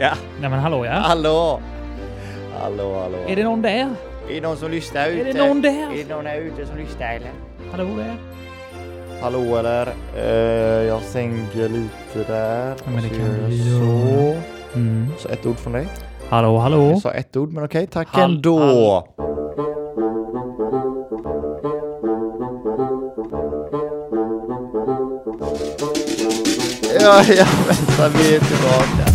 Ja, Nej men hallå ja. hallå! Hallå, hallå. Är det någon där? Är det någon som lyssnar det ute? någon där? Är det någon där ute som lyssnar eller? Hallå där? Hallå eller? Eh, jag sänker lite där. men Och det så kan gör du jag göra. Mm. Så. så ett ord från dig. Hallå hallå. Jag sa ett ord, men okej, tack Hall- ändå. Ja, ja, vänta, vi är tillbaka.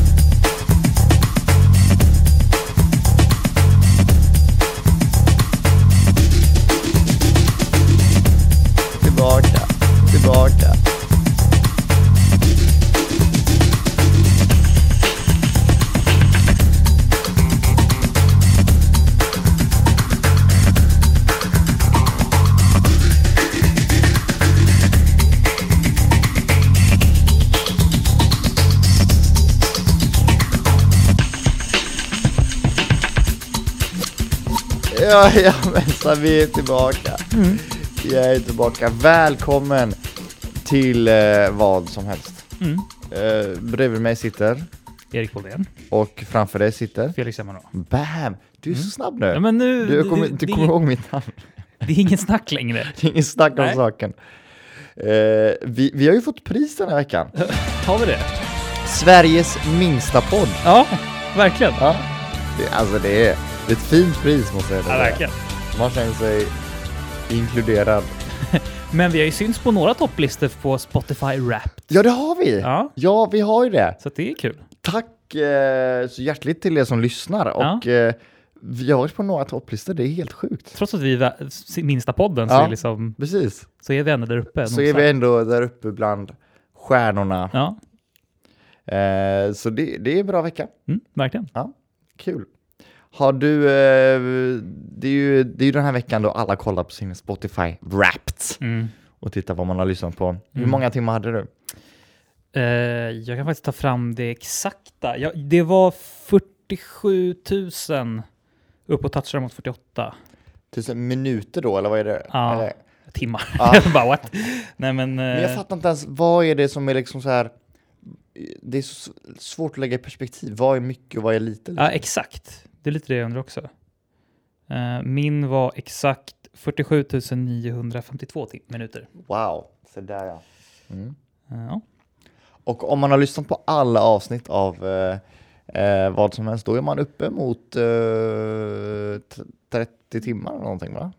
Tillbaka, tillbaka. Jajamensan, vi är tillbaka. Mm. Vi är tillbaka. Välkommen till eh, vad som helst. Mm. Eh, bredvid mig sitter Erik Bolén. och framför dig sitter. Felix Hermanå. Bam! Du är så snabb Mm. Ja, nu. men nu, Du kommer det, inte det, komma ihåg mitt namn. det är ingen snack längre. Det är ingen snack om Nej. saken. Eh, vi, vi har ju fått pris den här veckan. Har vi det? Sveriges minsta podd. Ja, verkligen. Ja. Det, alltså det är det är ett fint pris måste jag Ja, verkligen. Man känner sig inkluderad. Men vi har ju synts på några topplistor på Spotify Rap. Ja, det har vi. Ja. ja vi har ju det. Så att det är kul. Tack eh, så hjärtligt till er som lyssnar. Ja. Och, eh, vi har varit på några topplistor, det är helt sjukt. Trots att vi är vä- minsta podden så, Ja. är liksom, Precis. så är vi ändå där uppe. Så är vi ändå där uppe bland stjärnorna. Ja, Eh, så det, det är en bra vecka. mm, verkligen. Kul. Har du, eh, det, är ju, det är ju den här veckan då alla kollar på sin Spotify Wrapped Mm. och tittar vad man har lyssnat på. Hur många timmar hade du? Eh, jag kan faktiskt ta fram det exakta. Ja, det var 47 000 upp och touchade mot 48 Tusen minuter då, eller vad är det? Ja. Eller? timmar. Ja. Bara what? Nej men... eh, Men jag fattar inte ens, vad är det som är liksom så här, det är så s- svårt att lägga i perspektiv. Vad är mycket och vad är lite? liksom? ja, exakt. Det är lite det jag undrar också. Eh, min var exakt 47 952 tim- minuter. Wow, så där ja. Eh, ja. Och om man har lyssnat på alla avsnitt av eh, eh, vad som helst, då är man uppe mot eh, t- 30 timmar eller någonting va?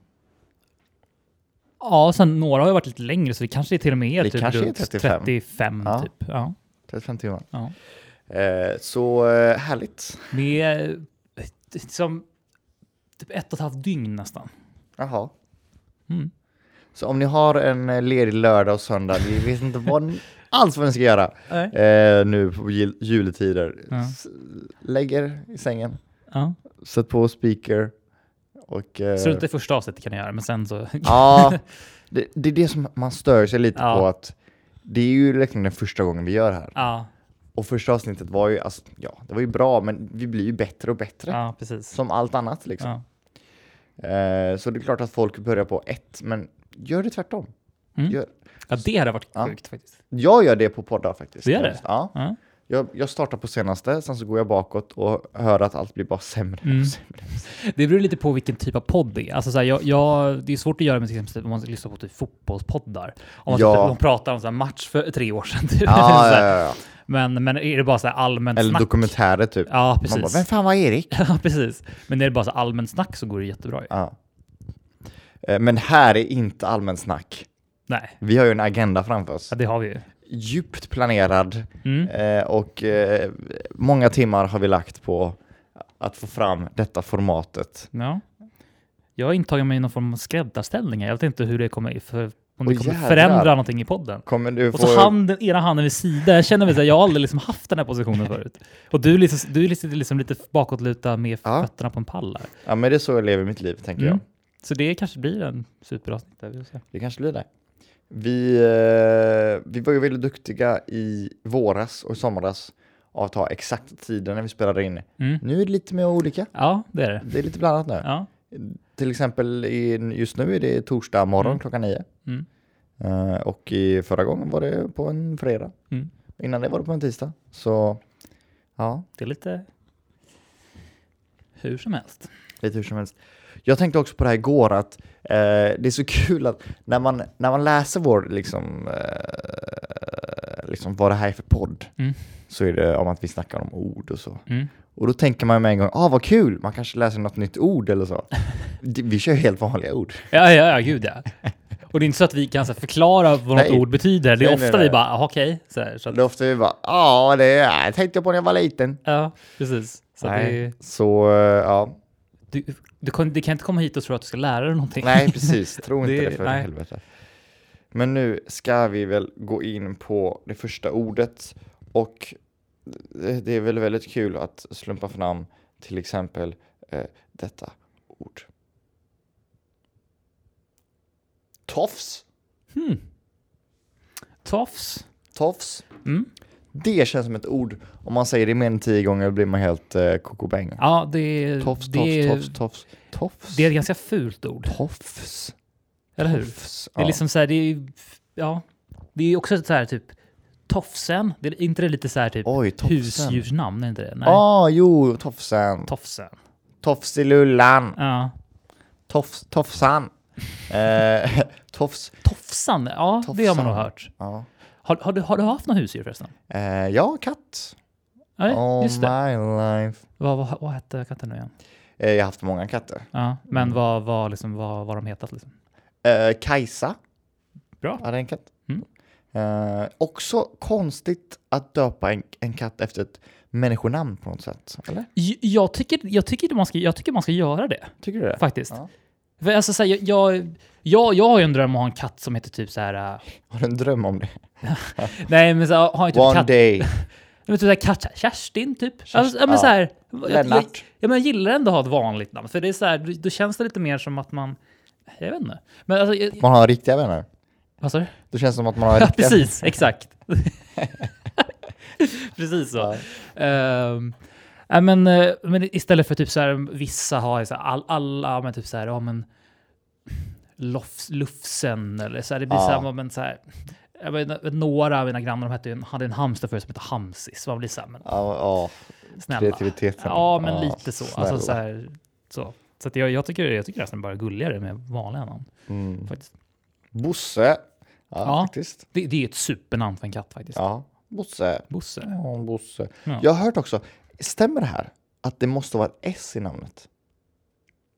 Ja, och sen några har ju varit lite längre så det kanske till och med är, Det typ kanske är runt 35. 35 Ja. typ. Ja. 35 timmar. Ja. Eh, så eh, härligt. Med eh, liksom typ ett och ett halvt dygn nästan. Jaha. Mm. Så om ni har en eh, ledig lördag och söndag, vi vet inte vad ni, alls vad ni ska göra Nej. eh, nu på jul- juletider. Ja. S- Lägg er i sängen, Ja. sätt på speaker och... eh, Strunt i första avsnittet kan jag göra, men sen så... Ja, det, det är det som man stör sig lite Ja. på att det är ju verkligen den första gången vi gör det här. ja, Och första avsnittet var ju, alltså, ja, det var ju bra, men vi blir ju bättre och bättre. ja, precis. Som allt annat liksom. Ja. Eh, så det är klart att folk börjar på ett, men gör det tvärtom. Mm. Gör, ja, det hade varit Ja. sjukt faktiskt. jag gör det på poddar faktiskt. Du gör det? Ja. Ja. Jag, jag startar på senaste, sen så går jag bakåt och hör att allt blir bara sämre. Mm. Och sämre. Det beror lite på vilken typ av podd det är. Alltså, så här, jag, jag, det är svårt att göra med till exempel om man lyssnar på typ fotbollspoddar. Om man Ja. typ, de pratar om så här, match för tre år sedan. Typ. Ja, Så ja, här, ja, ja. Men, men är det bara så här allmänt Eller snack? dokumentärer typ. Ja, Man bara, vem precis. fan var Erik? Ja, precis. Men är det bara så här allmänt snack så går det jättebra ju. Ja. Eh, Men här är inte allmän snack. Nej, Vi har ju en agenda framför oss. ja, det har vi ju. Djupt planerad Mm. eh, och eh, många timmar har vi lagt på att få fram detta formatet. Ja. Jag har intagit mig i någon form av skräddarställningar. Jag vet inte hur det kommer, för, om det Åh, kommer jävlar. förändra någonting i podden. Kommer du få... Och så handen, ena handen vid sidan. Jag känner mig så här, jag har aldrig liksom haft den här positionen förut. Och du, liksom, du liksom, liksom lite bakåtlutad med Ja. fötterna på en pall här. Ja, men det är så jag lever mitt liv, tänker Mm. jag. Så det kanske blir en superavsnitt. där, vi får se. Det kanske blir det. Vi, eh, vi var ju väldigt duktiga i våras och i somras av att ta exakt tiden när vi spelade in. Mm. Nu är det lite mer olika. Ja, det är det. Det är lite blandat nu. Ja. Till exempel i, just nu är det torsdag morgon Mm. klockan nio. Mm. Eh, och i förra gången var det på en fredag. Mm. Innan det var det på en tisdag. Så Ja, Det är lite hur som helst. lite hur som helst. Jag tänkte också på det här igår att eh, det är så kul att när man, när man läser vår, liksom, eh, liksom vad det här är för podd, Mm. så är det om att vi snackar om ord och så. Mm. Och då tänker man ju med en gång, ah vad kul, man kanske läser något nytt ord eller så. Det- vi kör ju helt vanliga ord. Ja, ja, ja, gud ja. Och det är inte så att vi kan så här, förklara vad något Nej. ord betyder. Det är Nej, nej, ofta nej. vi bara, "Jaha, okej. Så här, så att, Det är ofta vi bara, ja det är, jag tänkte jag på när jag var liten. ja, precis. Så att det, Nej. Så, eh, ja. du, du, kan, du kan inte komma hit och tro att du ska lära dig någonting. Nej, precis. Tro inte Det- det, för nej. helvete. Men nu ska vi väl gå in på det första ordet och det det är väl väldigt kul att slumpa fram till exempel eh, detta ord. Tofs. Hmm. Tofs. Tofs. Mm. Det känns som ett ord. Om man säger det mer än tio gånger blir man helt eh, koko bänga. Ja, det är... Tofs, det, tofs, är- tofs, tofs, tofs. Det är ett ganska fult ord, tofs. eller hur? Tofs. Det är Ja. liksom så här, det är Ja. Det är också så här typ... Tofsen. Det är inte det lite så här typ Oj, tofsen. husdjursnamn? Är inte det? Nej. Ja, Ah, jo, tofsen. Tofsen. Tofsilullan. Ja. Tofs, tofsan. Eh, tofs. Tofsan, ja det har man Tofsan. nog hört. Ja. Har, har, du, har du haft några husdjur förresten? Eh, ja, katt. Nej, All just det. my life. Vad, vad, vad hette katten nu igen? Eh, jag har haft många katter. Ja, men Mm. vad, vad, liksom, vad, vad de hetat liksom? Eh, Kajsa Bra. hade en katt. Mm. Eh, också konstigt att döpa en, en katt efter ett människonamn på något sätt. Eller? J- Jag tycker, jag, tycker att man ska, jag tycker man ska göra det Tycker du det? faktiskt. Ja. För alltså, så här, jag, jag, jag, jag har ju en dröm om att ha en katt som heter typ så här... äh, Har du en dröm om det? nej, men så här, har inte typ One katt... day. Men typ så här, katt, Kerstin typ. Kerst- Alltså, ja, men ja. så här, jag, jag, jag, Lennart. men jag gillar ändå att ha ett vanligt namn, för det är så här, då, då känns det lite mer som att man... Jag vet inte. Men alltså, jag, Man har riktiga vänner. vad sa du? Det känns som att man har Ja, riktiga precis, exakt. precis så. Ehm, nej, men, eh, men istället för typ så här, vissa har ju så här, all, alla, men typ så här, ja men lofs, Lufsen eller så här, det blir Ja. så här, ja, men så här, jag vet, några av mina grannar de hette, ju en- hade en hamster förut som hette Hamsis, man blir så här, men Ja, ja. snälla. kreativiteten. Ja, men Ja, lite så. snälla. Alltså, så här, så. Så att jag, jag tycker, jag tycker nästan bara det är gulligare med vanliga namn. Mm. Faktiskt. Bosse. Ja. ja. faktiskt. Det, det är ett supernamn för en katt faktiskt. Ja, Bosse. Bosse. Ja, Bosse. Ja. Jag har hört också, stämmer det här att det måste vara ett S i namnet?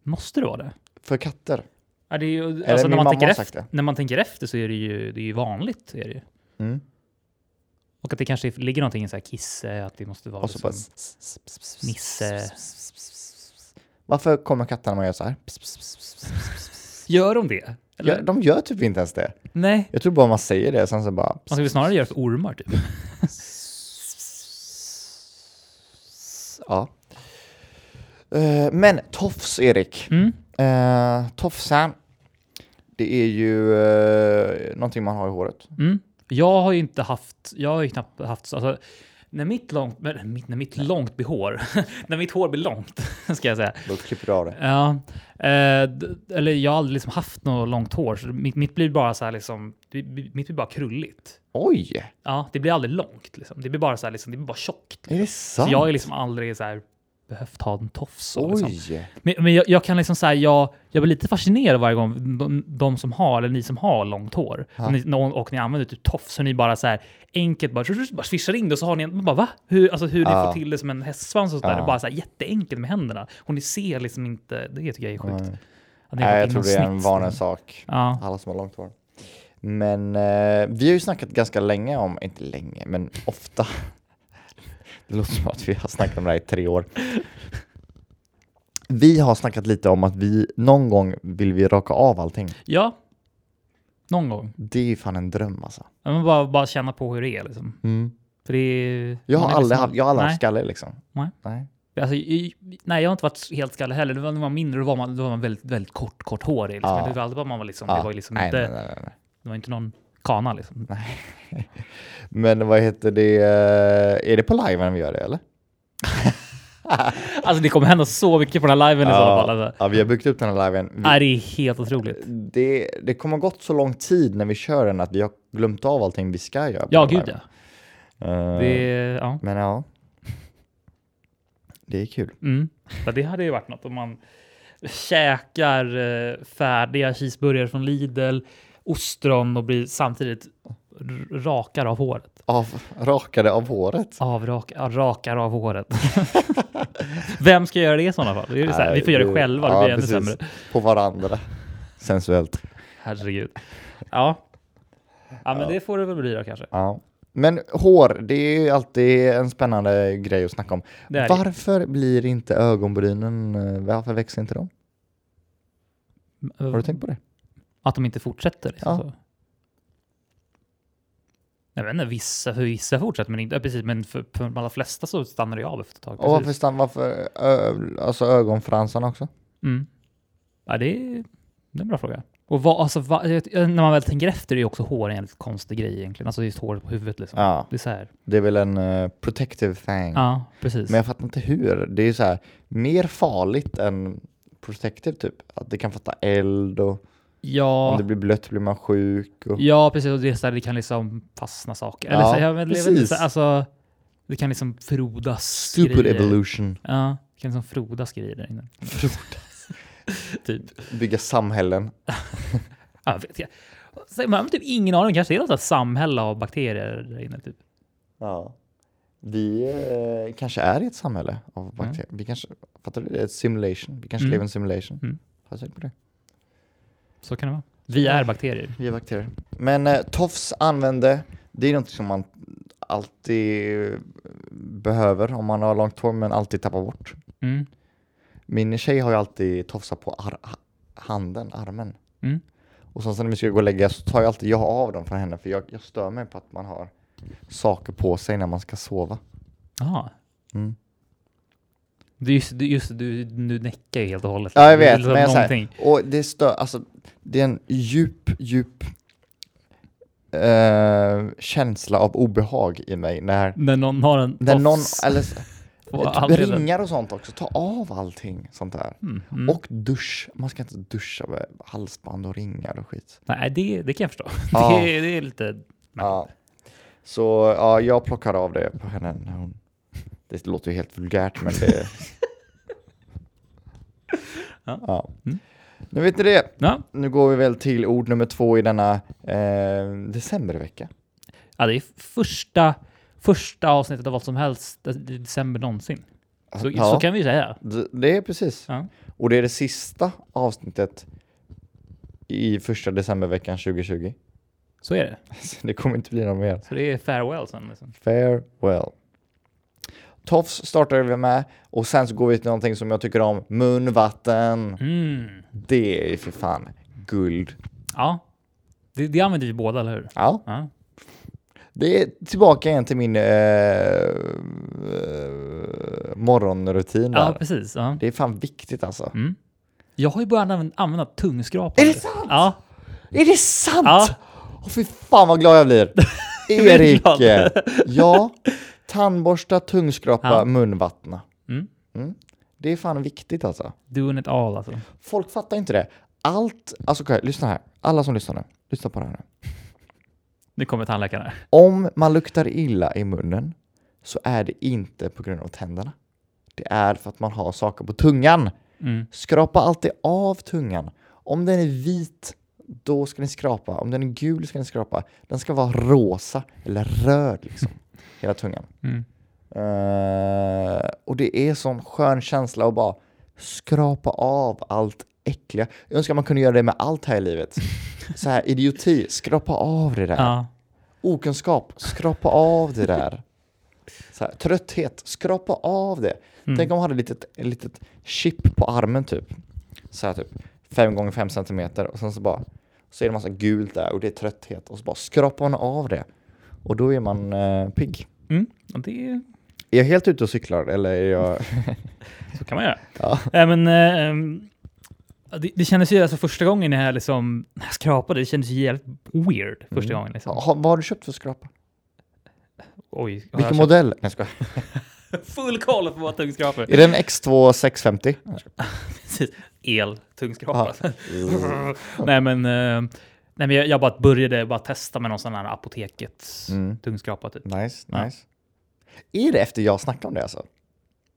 Måste det vara det? För katter? Ja, det är ju, alltså, när, man min mamma tänker har sagt efter, när man tänker efter så är det ju, det är ju vanligt. Är det ju. Mm. Och att det kanske ligger någonting i så här kisse, att det måste vara Och så liksom, bara... Nisse. Varför kommer katterna man gör så här? Gör de det? Eller? Ja, de gör typ inte ens det. Nej, Jag tror bara man säger det, sen så bara... man ska väl snarare göra för ormar typ. Ja. Eh, Men tofs, Erik. Mm. Eh, Tofsan. Det är ju uh, någonting man har i håret. Mm. Jag har ju inte haft, jag har ju knappt haft, alltså, när mitt långt, men- mitt, när mitt långt blir hår, när mitt hår blir långt, ska jag säga. Då klipper du av det. Ja, eh, d- eller jag har aldrig liksom haft något långt hår, så mitt, mitt blir bara så här liksom, det- mitt blir bara krulligt. Oj! Ja, det blir aldrig långt liksom. Det blir bara så här liksom, det blir bara tjockt. Är det sant? Så jag har liksom aldrig så här behövt ha en tofs. så Liksom. Oj! Men, men jag, jag kan liksom säga, jag, jag blir lite fascinerad varje gång de, de som har, eller ni som har långt hår, Ja. och, ni, någon- och ni använder typ tofs, så ni bara så här enkelt bara, bara swishar in det och så har ni en, man bara va? Hur, alltså hur ni Ja. får till det som en hästsvans och sådär, Ja. bara så här jätteenkelt med händerna. Och ni ser liksom inte, det tycker jag är sjukt. Nej. Att ni har Nej, fått jag in tror det är någon en snitt. vanesak. Ja. Alla som har långt hår. Men eh, vi har ju snackat ganska länge om, inte länge, men ofta. Det låter som att vi har snackat om det här i tre år. Vi har snackat lite om att vi någon gång vill vi raka av allting. ja, någon gång. Det är ju fan en dröm alltså. Ja, men bara, bara känna på hur det är liksom. För det är, Mm. Jag man har är aldrig liksom- haft, jag har aldrig Nej. haft skalle liksom. Nej. Nej. Alltså, i- i- nej, jag har inte varit helt skalle heller. Det var när man var mindre, då var man, då var man väldigt, väldigt kort, kort hår. Liksom. Ja. Det var alltid bara man var liksom, det Ja. var liksom Nej, inte, nej, nej, nej. det var inte någon kana liksom. Men vad heter det? eh, Är det på liven vi gör det eller? Alltså det kommer hända så mycket på den här liven i sådana fall. Alltså. ja, vi har byggt upp den här liven. Vi, Nej, det är helt otroligt. det, det kommer gått så lång tid när vi kör den att vi har glömt av allting vi ska göra. på Ja, den gud ja. liven. Eh, Det, är- ja. Men ja. Det är kul. Mm. Ja, det hade ju varit något om man käkar eh, färdiga cheeseburgare från Lidl, ostron och blir samtidigt r- rakar av håret. Av, rakade av håret. Avrak, ja, rakar av håret. Vem ska göra det i sådana fall? Det är ju så här, vi får göra det själva, det blir ännu precis. sämre. På varandra. Sensuellt. Herregud. Ja. ja, men det får det väl bli då kanske. Ja. Men hår, det är ju alltid en spännande grej att snacka om. Det är det. Varför blir inte ögonbrynen, eh, varför växer inte de? Har du tänkt på det? Att de inte fortsätter? Liksom Ja. så. Jag vet inte, vissa, för vissa fortsätter men inte, ja, precis, men för, för de allra flesta så stannar det ju av efter ett tag. Och varför, precis. stann, varför ö, alltså ögonfransarna också? Mm. Ja, det är, det är en bra fråga. Och vad, alltså, vad, jag vet- när man väl tänker efter är ju också hår en väldigt konstig grej egentligen, alltså just håret på huvudet liksom. Ja, Det är så här. det är väl en eh, protective thing. Ja, precis. Men jag fattar inte hur. Det är så här, mer farligt än protective typ. Att det kan fatta eld och om ja, det blir blött blir man sjuk. Och... ja, precis. Och det, är så här, det kan liksom fastna saker. Eller Ja, så, här, jag vet- det är väl precis. så här, alltså, det kan liksom frodas Stupid grejer. evolution. Ja, det kan liksom frodas grejer där inne. typ. Bygga samhällen. Ja, vet jag. Så Man har typ ingen aning, kanske det är något sånt här samhälle av bakterier där inne. Typ. Ja. Vi eh, kanske är i ett samhälle av bakterier. Vi kanske, fattar du? Det är ett simulation. Vi kanske Mm. lever i en simulation. Mm. Har du tänkt på det? Så kan det vara. Vi är bakterier. Vi är bakterier. Men eh, tofs använde, det är något som man alltid eh, behöver om man har långt hår men alltid tappar bort. Mm. Min tjej har ju alltid tofsar på ar- ha- handen, armen. Mm. Och sen så när vi ska gå och lägga så tar jag alltid jag av dem från henne för jag, jag stör mig på att man har saker på sig när man ska sova. Aha. Mm. Det är just, det är just du, du näckar ju helt och hållet. Ja, jag Det är vet. liksom Men jag, så här, någonting. och det stör, alltså, det är en djup, djup eh, känsla av obehag i mig när, När någon har en när någon, tofs eller på typ handen. ringar och sånt också, ta av allting sånt där. Mm. Mm. Och dusch, man ska inte duscha med halsband och ringar och skit. Nej, det, det kan jag förstå. Ja. Det, är- det är lite... Ja. Så ja, jag plockar av det på henne när hon, det låter ju helt vulgärt men det... Ja. ja. Mm. Nu vet ni det. Ja. Nu går vi väl till ord nummer två i denna eh, decembervecka. ja, det är första, första avsnittet av vad som helst i december någonsin. Så, ja, så kan vi ju säga. d- det är precis. Ja. Och det är det sista avsnittet i första decemberveckan 2020. Så är det. Så det kommer inte bli något mer. Så det är farewell sen. Liksom. Farewell. Tofs startar vi med och sen så går vi till någonting som jag tycker om, munvatten. Mm. Det är för fan guld. Ja, det, det använder vi båda, eller hur? Ja, Ja. det är tillbaka igen till min eh, eh, morgonrutin där. Ja, precis. Ja. Det är fan viktigt alltså. Mm. Jag har ju börjat använda, använda tungskrapare. Är det sant? Ja. Är det sant? Ja. Åh fy fan vad glad jag blir. blir Erik! glad. ja, tandborsta, tungskrapa, Ja. munvattna. Mm. Mm. Det är fan viktigt alltså. Doing it all alltså. Folk fattar inte det. Allt, alltså okej, lyssna här. Alla som lyssnar nu, lyssna på det här nu. Nu kommer tandläkaren här. Om man luktar illa i munnen så är det inte på grund av tänderna. Det är för att man har saker på tungan. Mm. Skrapa alltid av tungan. Om den är vit, då ska ni skrapa. Om den är gul ska ni skrapa. Den ska vara rosa eller röd liksom. Hela tungan. Mm. Eh, och det är sån skön känsla att bara skrapa av allt äckliga. Jag önskar man kunde göra det med allt här i livet. Så här idioti, skrapa av det där. Ja. Okunskap, skrapa av det där. Så här, trötthet, skrapa av det. Mm. Tänk om man hade ett litet, ett litet chip på armen typ. Så här typ 5 gånger 5 centimeter och sen så bara så är det massa gult där och det är trötthet och så bara skrapar man av det. Och då är man eh, pigg. Mm. Ja, det Är jag helt ute och cyklar eller är jag... så kan man göra. Ja. Äh, men, eh, ehm, ja, det, det kändes ju alltså första gången jag liksom när jag skrapade, det kändes ju jävligt weird första Mm. gången. Liksom. Ha, vad har du köpt för skrapa? Oj, har jag Vilken köpt modell? Nej, jag skojar. full koll på vad tungskrapare Är det en X2 650? Precis. El, tungskrapa. Ja. Mm. nej men, eh, nej, men jag, jag bara började bara testa med någon sån här apoteket Mm. tungskrapa typ. Nice, Ja. nice. Är det efter jag snackade om det alltså?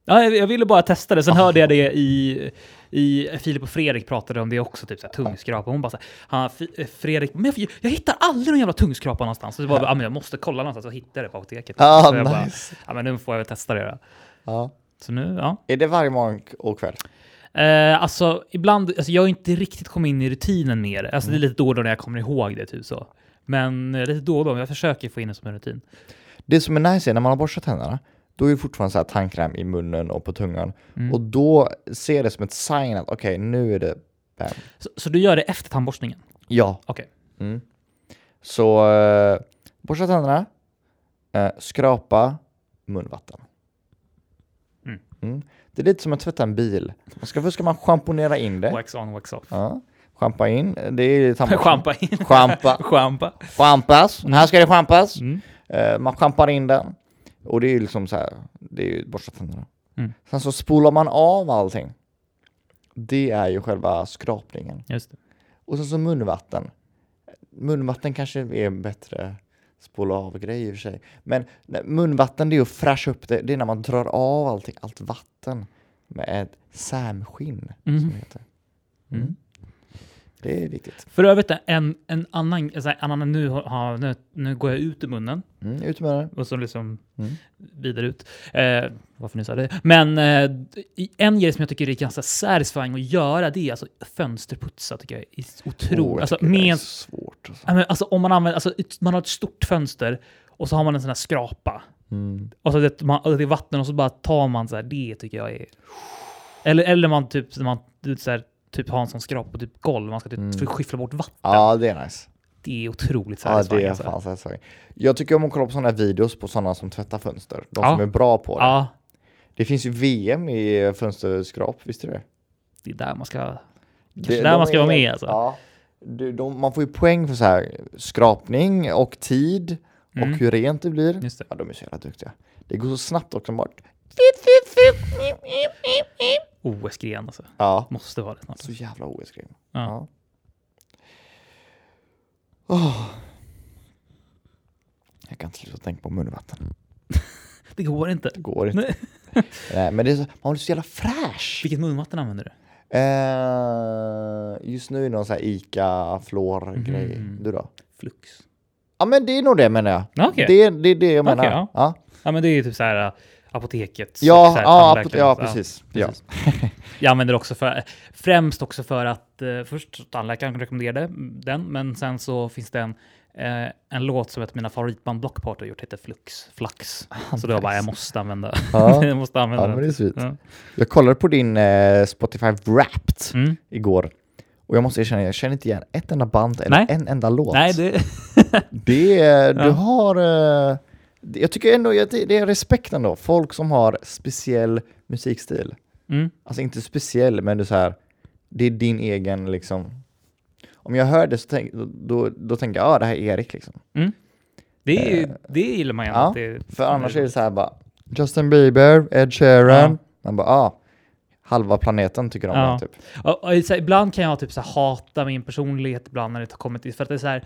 Ja, jag jag ville bara testa Ah. det. Sen hörde jag det i, i Filip och Fredrik pratade om det också, typ såhär, tungskrapa. Hon bara såhär, han, F- eh, Fredrik, men jag, jag hittar aldrig någon jävla tungskrapa någonstans. Så det var, ja, men jag måste kolla någonstans och hittade det på apoteket. Ah, så jag bara, nice. ja, men nu får jag väl testa det då. Ja. Så nu, ja. Är det varje morgon och kväll? Eh, alltså, ibland, alltså, jag har inte riktigt kommit in i rutinen mer. Alltså, Mm. Det är lite då och då när jag kommer ihåg det, typ så. Men eh, lite då och då, men jag försöker få in det som en rutin. Det som är nice är när man har borstat tänderna, då är det fortfarande så här tandkräm i munnen och på tungan. Och då ser jag det som ett sign att okej, nu är det bam. Så, så du gör det efter tandborstningen? Ja. Okej. Mm. Så eh, borsta tänderna, eh, skrapa munvatten. Mm. Mm. Det är lite som att tvätta en bil. Man ska, först ska man schamponera in det. Wax on, wax off. Ja. Schampa in, det är tandborsten. Schampa in. Schampa. Schampa. Schampas. Här ska det schampas. Mm. Eh, man schampar in den. Och det är ju liksom så här, det är ju borsta tänderna. Mm. Sen så spolar man av allting. Det är ju själva skrapningen. Just det. Och sen så munvatten. Munvatten kanske är en bättre spola av-grej i och för sig. Men nej, munvatten det är ju att fräscha upp det. Det är när man drar av allting, allt vatten med ett sämskinn. Som Mm. det, heter. Mm. det är viktigt. För övrigt, en, en annan, alltså, en annan nu, har, nu, nu går jag ut ur munnen Mm, ut med det. och så liksom Mm. vidare ut. Eh, varför nu sa jag det? Men eh, i- en grej som jag tycker är ganska satisfying att göra, det är alltså fönsterputsa tycker jag är otroligt. Åh, Oh, jag alltså, tycker det är med, svårt. Alltså. ja, men alltså, om man använder, alltså, ett- man har ett stort fönster och så har man en sån här skrapa. Mm. Och så det, man, och det är vatten och så bara tar man så här, det tycker jag är... Eller, eller man typ, när man, du vet, så här, typ har en sån skrapa på typ golv, man ska typ Mm. skyffla bort vatten. Ja, det är nice. Det är otroligt Ja, satisfying. det är alltså. fan satisfying. Jag tycker om att kolla på sådana videos på sådana som tvättar fönster. De Ja. som är bra på det. Ja, Det finns ju VM i eh, fönsterskrap, visste du det? det är där man ska... Kanske Det- där de man ska är- vara med alltså. Ja. Du, de, man får ju poäng för så här skrapning och tid Mm. och hur rent det blir. Just det. Ja, de är så jävla duktiga. Det går så snabbt också. Bara... OS-gren alltså. Ja, Måste vara det snart. så jävla OS-grej. Ja. Ja. Åh. Jag kan inte sluta tänka på munvatten. Det går inte. Det går inte. Nej. Nej, Eh, men det är så, man blir så jävla fräsch. Vilket munvatten använder du? Eh, just nu är det någon sån här Ica Flor-grej. Mhm. Du då? Flux. Ja men det är nog det menar jag. Okej. Det, är- det är det jag Okej, menar. ja. ja. Ja, men det är ju typ så här äh, apoteket. och Ja, så här ja, tandläkaren. apot- ja, precis. Ja. Jag använder det också för, främst också för att eh, först tandläkaren rekommenderade den, men sen så finns det en, eh, en låt som ett av mina favoritband Blockparty har gjort, heter Flux. Flux. Så då jag bara, jag måste använda, Ah, Ja. jag måste Ja, använda men det den. är sweet. Ja. Jag kollade på din eh, Spotify Wrapped Mm. igår. Och jag måste erkänna, jag känner inte igen ett enda band eller Nej. en enda låt. Nej, det, Det är, du Ja. har... eh, det- jag tycker ändå, jag- det det är respekt ändå. Folk som har speciell musikstil. mm. Alltså inte speciell, men du så här, det är din egen liksom. Om jag hör det så tänk, då, då, då tänker jag, ja ah, det här är Erik liksom. mm. det, är ju- det gillar man ju. Eh, ja, att det- För annars är det så här bara, Justin Bieber, Ed Sheeran. Ja. Man bara, ah, halva planeten tycker om Ja. den typ. Och, och, så här, ibland kan jag typ så här, hata min personlighet ibland när det har kommit till, för att det är så här...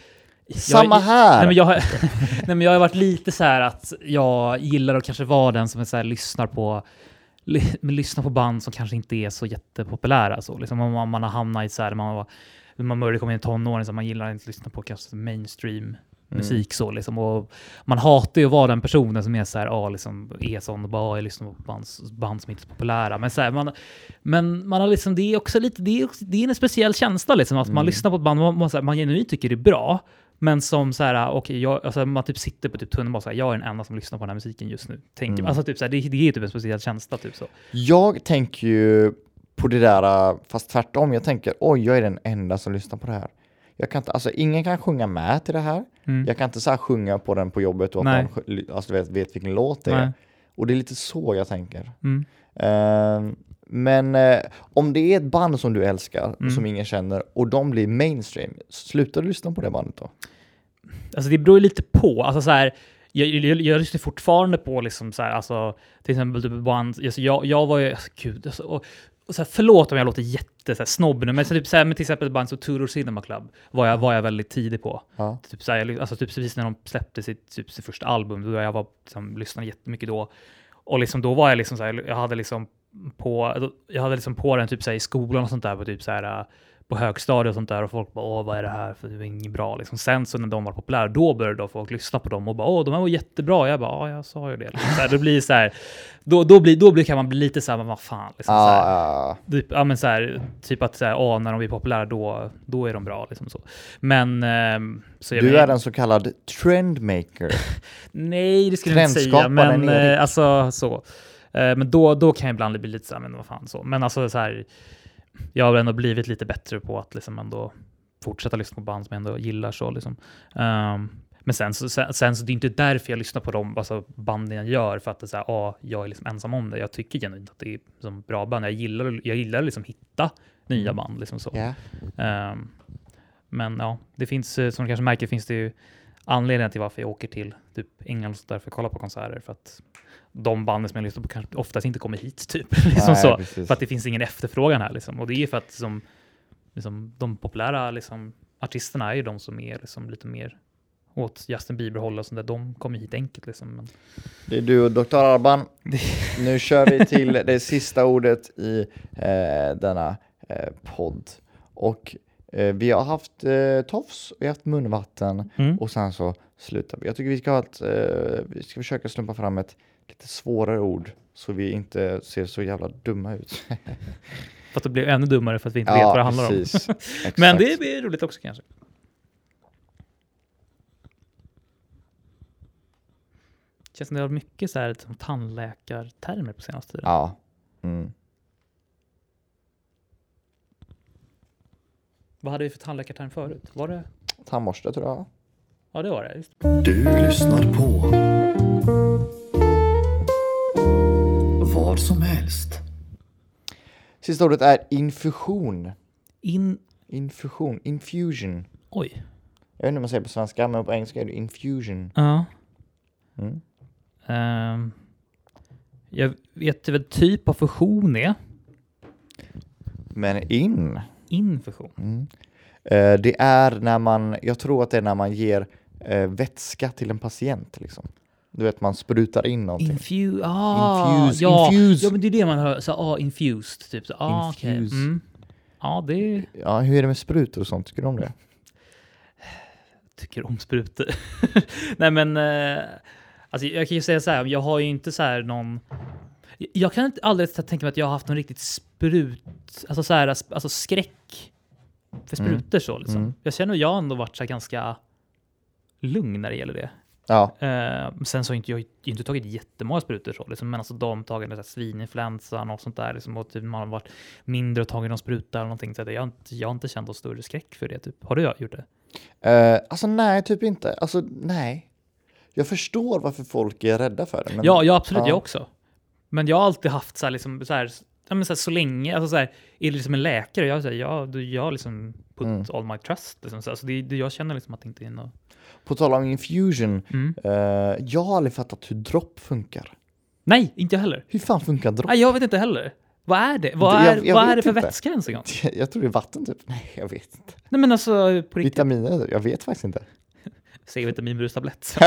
jag- Samma här! Nej men, jag, har- nej men jag har varit lite så här att jag gillar att kanske vara den som är så här, lyssnar på ly- men lyssnar på band som kanske inte är så jättepopulära. Så liksom om man, man har hamnat i så här, man, var, när man började komma in i tonåren, så man gillar inte att lyssna på kanske mainstream musik så liksom. Och man hatar ju att vara den personen som är så här, ja, liksom är sån och bara, ja, jag lyssnar på band, band som inte är så populära. Men så här, man, men man har liksom, det är också lite, det är, också, det är en speciell känsla liksom, att man lyssnar på ett band man, man, så här, man genuint tycker det är bra, men som så här, okej, jag, alltså, man typ sitter på typ tunnelbanan och så här, jag är den enda som lyssnar på den här musiken just nu. Tänker, Mm. Alltså typ så här, det, det är typ en speciell känsla typ så. Jag tänker ju på det där, äh, fast tvärtom. Jag tänker, oj, jag är den enda som lyssnar på det här. Jag kan inte, alltså ingen kan sjunga med till det här. Mm. Jag kan inte så här sjunga på den på jobbet och att Nej. man sj- alltså, du vet, vet vilken låt det är. Nej. Och det är lite så jag tänker. Mm. Ehm, men eh, om det är ett band som du älskar, Mm. som ingen känner, och de blir mainstream, slutar du lyssna på det bandet då? Alltså det beror ju lite på. Alltså så här, jag, jag, jag lyssnar fortfarande på liksom så här, alltså, till exempel typ band. Alltså jag, jag var ju, alltså, gud, alltså, och, och så här, förlåt om jag låter jätte så här, snobb nu, men, så typ, så här, men till exempel band som Tudor Cinema Club var jag, var jag väldigt tidig på. Ja. Typ, så här, jag, alltså, typ precis när de släppte sitt, typ, sitt första album, då jag var, liksom, lyssnade jättemycket då. Och liksom då var jag liksom så här, jag hade liksom på, jag hade liksom på den typ så här, i skolan och sånt där på typ så här äh, på högstadiet och sånt där och folk bara åh vad är det här för det är inget bra liksom. Sen så när de var populära då började då folk lyssna på dem och bara åh de här var jättebra. Jag bara ja jag sa ju det. Liksom. Så här, det blir så här, då, då, blir, då blir, kan man bli lite så här, men vad fan. Liksom, så här. Ah, Typ, ja, men så här, typ att så här, ja, när de blir populära då, då är de bra. Liksom så. Men... ehm, så jag du men- är en så kallad trendmaker. Nej, det skulle jag inte säga. trendskaparen Men Erik. eh, alltså så. Eh, men då, då kan jag ibland bli lite så här, men vad fan så. Men alltså så här, jag har väl ändå blivit lite bättre på att liksom ändå fortsätta lyssna på band som jag ändå gillar så liksom. Ehm, men sen så, sen, sen så det är inte därför jag lyssnar på de alltså banden jag gör för att det är så här, ja, jag är liksom ensam om det. Jag tycker genuint att det är som bra band. Jag gillar, jag gillar liksom hitta Mm. nya band liksom så. Ja. Ehm, men ja, det finns, eh, som du kanske märker, finns det ju anledningar till varför jag åker till typ England och så där för att kolla på konserter. För att de banden som jag lyssnar på kanske oftast inte kommer hit, typ. liksom Nej, så. precis. För att det finns ingen efterfrågan här. Liksom. Och det är ju för att som, liksom, de populära liksom, artisterna är ju de som är liksom, lite mer åt Justin Bieber-håll och sånt där. De kommer hit enkelt. Liksom. Men, Det är du och Dr. Arban. Nu kör vi till det sista ordet i eh, denna eh, podd. Och eh, vi har haft eh, tofs, vi har haft munvatten Mm. och sen så slutar vi. Jag tycker vi ska, ha ett, eh, vi ska försöka slumpa fram ett lite svårare ord så vi inte ser så jävla dumma ut. för att det blir ännu dummare för att vi inte vet vad det handlar om. precis. Men Exakt. det blir roligt också kanske. Känns som det har varit mycket så här som tandläkartermer på senaste tiden. Ja. Mm. Vad hade vi för tandläkarterm förut? Var det? Tandborste tror jag. Ja, det var det. Just. Du lyssnar på vad som helst. Sista ordet är infusion. In... Infusion. Infusion. Oj. Jag vet inte hur man säger på svenska, men på engelska är det infusion. Ja. Mm. Ehm, jag vet ju vad typ av fusion är. Men in. Infusion. Eh, det är när man, jag tror att det är när man ger eh, vätska till en patient. Liksom. Du vet, man sprutar in någonting. Infuse. Ah, Infuse, ja. infuse. ja, men det är det man hör. Så, ah, infused. Typ. Så, ah, okej. Infuse. Mm. Ja, det ja, hur är det med sprutor och sånt? Tycker du om det? tycker om sprutor. Nej men, eh, alltså, jag kan ju säga så här, jag har ju inte så här någon... Jag kan inte aldrig tänka mig att jag har haft någon riktigt sprut, alltså så här, alltså skräck för Mm. sprutor så liksom. Mm. Jag känner att jag har ändå varit så här ganska lugn när det gäller det. Ja, Eh, sen så har inte jag inte tagit jättemånga sprutor så, liksom, men alltså de tagit så här svininfluensan och sånt där, liksom, och typ man har varit mindre och tagit någon spruta eller någonting. Så att jag, har inte- jag har inte känt någon större skräck för det. Typ. Har du gjort det? Eh, alltså nej, typ inte. Alltså nej. Jag förstår varför folk är rädda för det. Men Ja, ja absolut, ja. jag också. Men jag har alltid haft så här, liksom, så här, ja, men så, här så länge, alltså så här, är det liksom en läkare, jag, så här, jag, du- jag liksom put Mm. all my trust. Liksom, så, alltså, det, det, jag känner liksom att det inte är något. På tal om infusion. Mm. eh, jag har aldrig fattat hur dropp funkar. Nej, inte jag heller. Hur fan funkar dropp? Nej, jag vet inte heller. Vad är det? Vad är, Jag- jag vad är vet det för inte. vätska ens en gång? Jag tror det är vatten typ. Nej, jag vet inte. Nej men alltså på riktigt, Vitaminer? Jag vet faktiskt inte. C-vitaminbrustablett.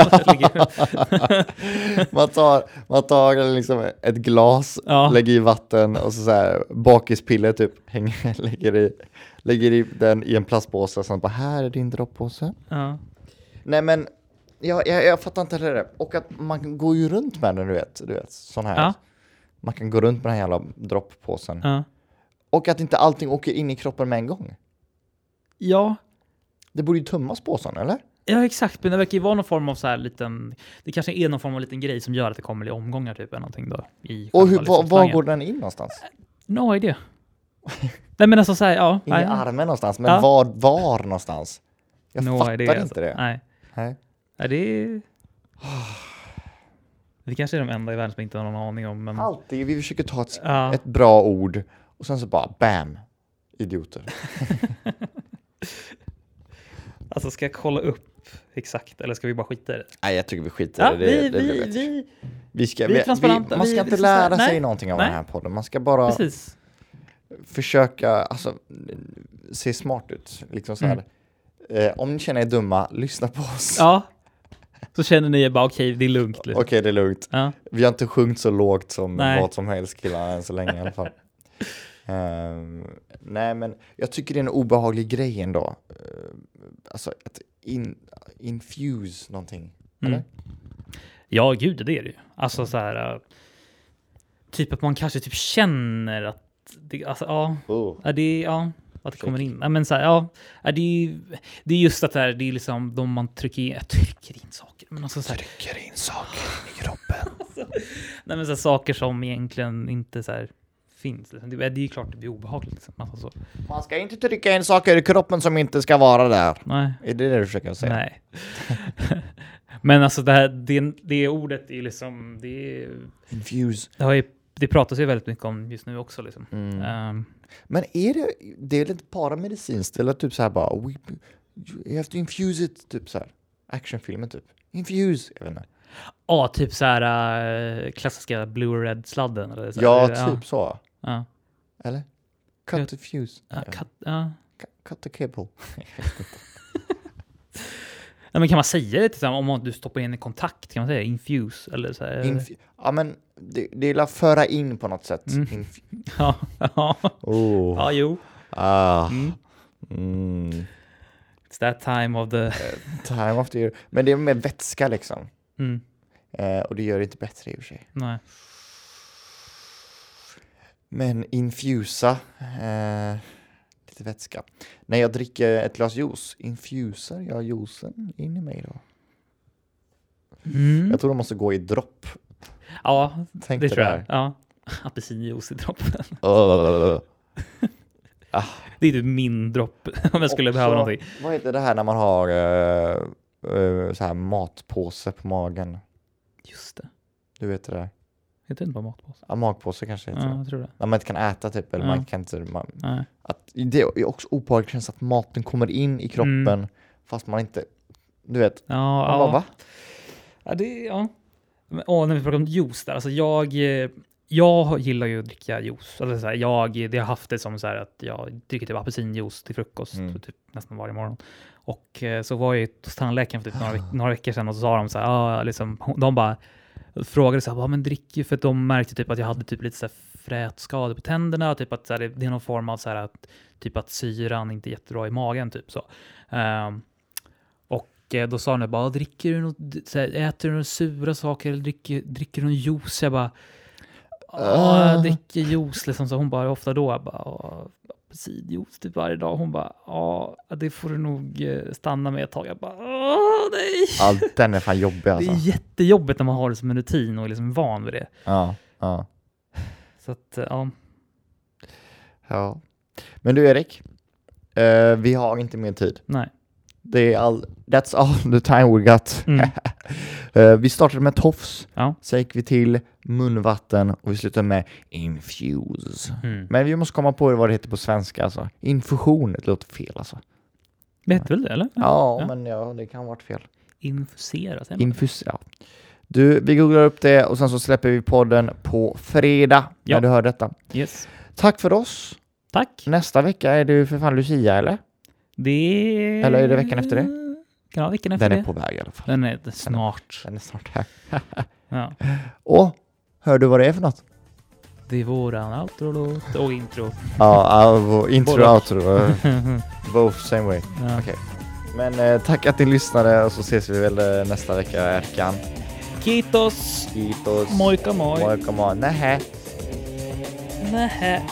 Man tar, man tar liksom ett glas, Ja. lägger i vatten och så, så här bakispiller typ, hänger, lägger, i, lägger i den i en plastpåse och sen bara här är din droppåse. ja. Nej men jag, jag, jag fattar inte heller det. Och att man går ju runt med den du vet, du vet sån här. Ja. Man kan gå runt med den här jävla dropppåsen. Ja. Och att inte allting åker in i kroppen med en gång. ja, Det borde ju tömmas påsen eller? Ja, exakt. Men det verkar ju vara någon form av så här liten... Det kanske är någon form av liten grej som gör att det kommer i omgångar typ eller någonting då. I Och hur, själva, var, liksom, var slangen. går den in någonstans? No idea. nej men alltså så här, ja. In nej. i armen någonstans, men Ja. var, var någonstans? Jag No fattar idea, inte alltså. det. Nej. Nej. Nej, det är... Vi kanske är de enda i världen som inte har någon aning om. Men... Alltid, vi försöker ta ett, Ja. ett bra ord och sen så bara bam, idioter. Alltså ska jag kolla upp exakt eller ska vi bara skita i det? Nej, jag tycker vi skiter Ja, i det. vi, det, det, vi, vet jag. vi, vi ska, vi är vi, transparenta, man vi- ska vi inte ska säga- lära sig nej, någonting av nej. den här podden. Man ska bara precis. försöka alltså, se smart ut. Liksom så här. Eh, om ni känner er dumma, lyssna på oss. Mm. Ja. Så känner ni bara okej, det är lugnt. Liksom. Okej, det är lugnt. Ja. Vi har inte sjungit så lågt som Nej. vad som helst killarna än så länge i alla fall. Ehm, nej, men jag tycker det är en obehaglig grej ändå. Uh, alltså, att in, infuse någonting. Mm. Eller? Ja, gud, det är det ju. Alltså så här. eh, Typ att man kanske typ känner att det, alltså, ja, Oh. ja, det, ja, att det kommer in. Ja, men så här, ja, ja, det, är, ju- det är just att det, här, det är liksom de man trycker in, jag trycker in saker, men alltså så här, Trycker in saker i kroppen. nej, men så här, saker som egentligen inte så här finns. Liksom. Det, det är ju klart det blir obehagligt. Liksom. Alltså, så. Man ska inte trycka in saker i kroppen som inte ska vara där. Nej. Är det det du försöker säga? Nej. Men alltså det här, det, det ordet är liksom, det, är- Infuse. det, har ju, det pratas ju väldigt mycket om just nu också liksom. Mm. Ehm, Men är det, det är väl inte bara medicinskt? Eller typ så här bara, we, you have to infuse it, typ så här. Actionfilmen typ. Infuse, jag vet inte. Ja, typ så här eh, klassiska blue och red sladden. Eller så här. Ja, typ så. Ja, Eller? Jag- Cut the fuse. ja, Ja. cut, ja. Cut- Cut the cable. Nej, men kan man säga det till exempel, om du stoppar in en kontakt? Kan man säga infuse? Eller så här, Inf- ja, men det, det är la föra in på något sätt. Mm. Inf- ja, ja, oh. ja, jo. Ah. Mm. Mm. It's that time of the... Time of the year. Men det är med vätska liksom. Mm, Eh, och det gör det inte bättre i och för sig. nej. Men infusa. Eh, lite vätska. När jag dricker ett glas juice, infusar jag juicen in i mig då? Mm. Jag tror de måste gå i dropp. Ja, Tänk det det tror jag. där. Ja. Apelsinjuice i droppen. Ugh. Det är typ min dropp om jag skulle Också, behöva någonting. Vad heter det här när man har eh, eh, så här matpåse på magen? Just det. Du vet det där? Heter det inte bara matpåse? Ja, magpåse kanske heter Ja, det. jag tror det. När man inte kan äta typ, eller Ja. man kan inte... Man, Nej. att, det är också obehagligt känns att maten kommer in i kroppen fast man inte... Du vet, Ja, man Mm. ja. bara va? Ja, det, ja. Men, åh, när vi pratar om juice där, alltså jag, eh, jag gillar ju att dricka juice. Alltså, så här, jag det har haft det som så här att jag dricker typ apelsinjuice till frukost Mm. typ, nästan varje morgon. Och eh, så var jag ju hos tandläkaren för typ några, veck- några veckor sedan och så sa de så här, ah, liksom, hon- de bara frågade så här, ah, men drick ju, för att de märkte typ att jag hade typ lite så här frätskador på tänderna, typ att så här, det, det är någon form av så här att, typ att syran inte är jättebra i magen typ så. Ehm, och eh, då sa han det bara, dricker du något, d- så här, äter du några sura saker eller dricker, dricker du någon juice? Jag bara, ja, jag Ah. dricker juice liksom. Så hon bara, hur ofta då? Jag bara, "Ja, apelsinjuice typ varje dag. Hon bara, ja, det får du nog eh, stanna med ett tag. Jag bara, åh nej. Ja, den är fan jobbig Det alltså. är jättejobbigt när man har det som en rutin och är liksom van vid det. Ja, ja. Så att, eh, ja. ja. Men du Erik, eh, vi har inte mer tid. Nej. Det är all, that's all the time we got. Mm. Eh, vi startade med tofs, Ja. sen gick vi till munvatten och vi slutade med infuse. Mm. Men vi måste komma på vad det heter på svenska alltså. Infusion, det låter fel alltså. Det hette väl det, eller? Ja, Ja. men ja, det kan ha varit fel. Infusera, säger man. Infus, ja. Du, vi googlar upp det och sen så släpper vi podden på fredag Ja. när du hör detta. Yes. Tack för oss. Tack. Nästa vecka är det ju för fan Lucia eller? Det... Eller är det veckan efter det? Kan vara veckan efter Den det. är på väg i alla fall. Den är snart. Den är snart här. Ja. Och, hör du vad det är för något? Det är våran outro-låt och intro. Ja, uh, intro Både och och. outro. eh, both same way. Ja. Okej. Men eh, tack att ni lyssnade och så ses vi väl eh, nästa vecka, Erkan. Kitos! Kitos. Moika moi. Moika moi. Nähä. Nähä.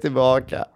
tillbaka.